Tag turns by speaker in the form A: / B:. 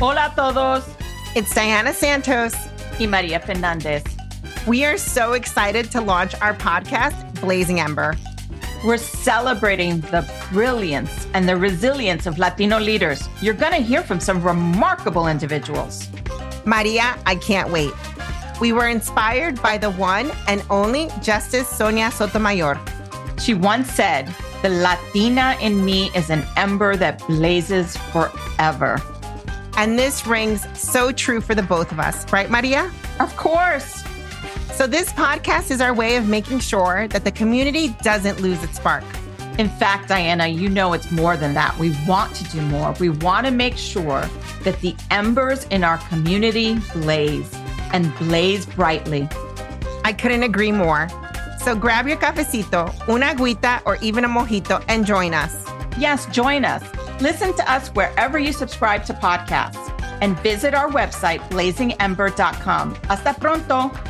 A: Hola a todos.
B: It's Diana Santos.
A: Y Maria Fernandez.
B: We are so excited to launch our podcast, Blazing Ember.
A: We're celebrating the brilliance and the resilience of Latino leaders. You're going to hear from some remarkable individuals.
B: Maria, I can't wait. We were inspired by the one and only Justice Sonia Sotomayor.
A: She once said, The Latina in me is an ember that blazes forever.
B: And this rings so true for the both of us, right, Maria?
A: Of course.
B: So, this podcast is our way of making sure that the community doesn't lose its spark.
A: In fact, Diana, you know it's more than that. We want to do more. We want to make sure that the embers in our community blaze and blaze brightly.
B: I couldn't agree more. So, grab your cafecito, una agüita, or even a mojito and join us.
A: Yes, join us. Listen to us wherever you subscribe to podcasts and visit our website, blazingember.com. Hasta pronto.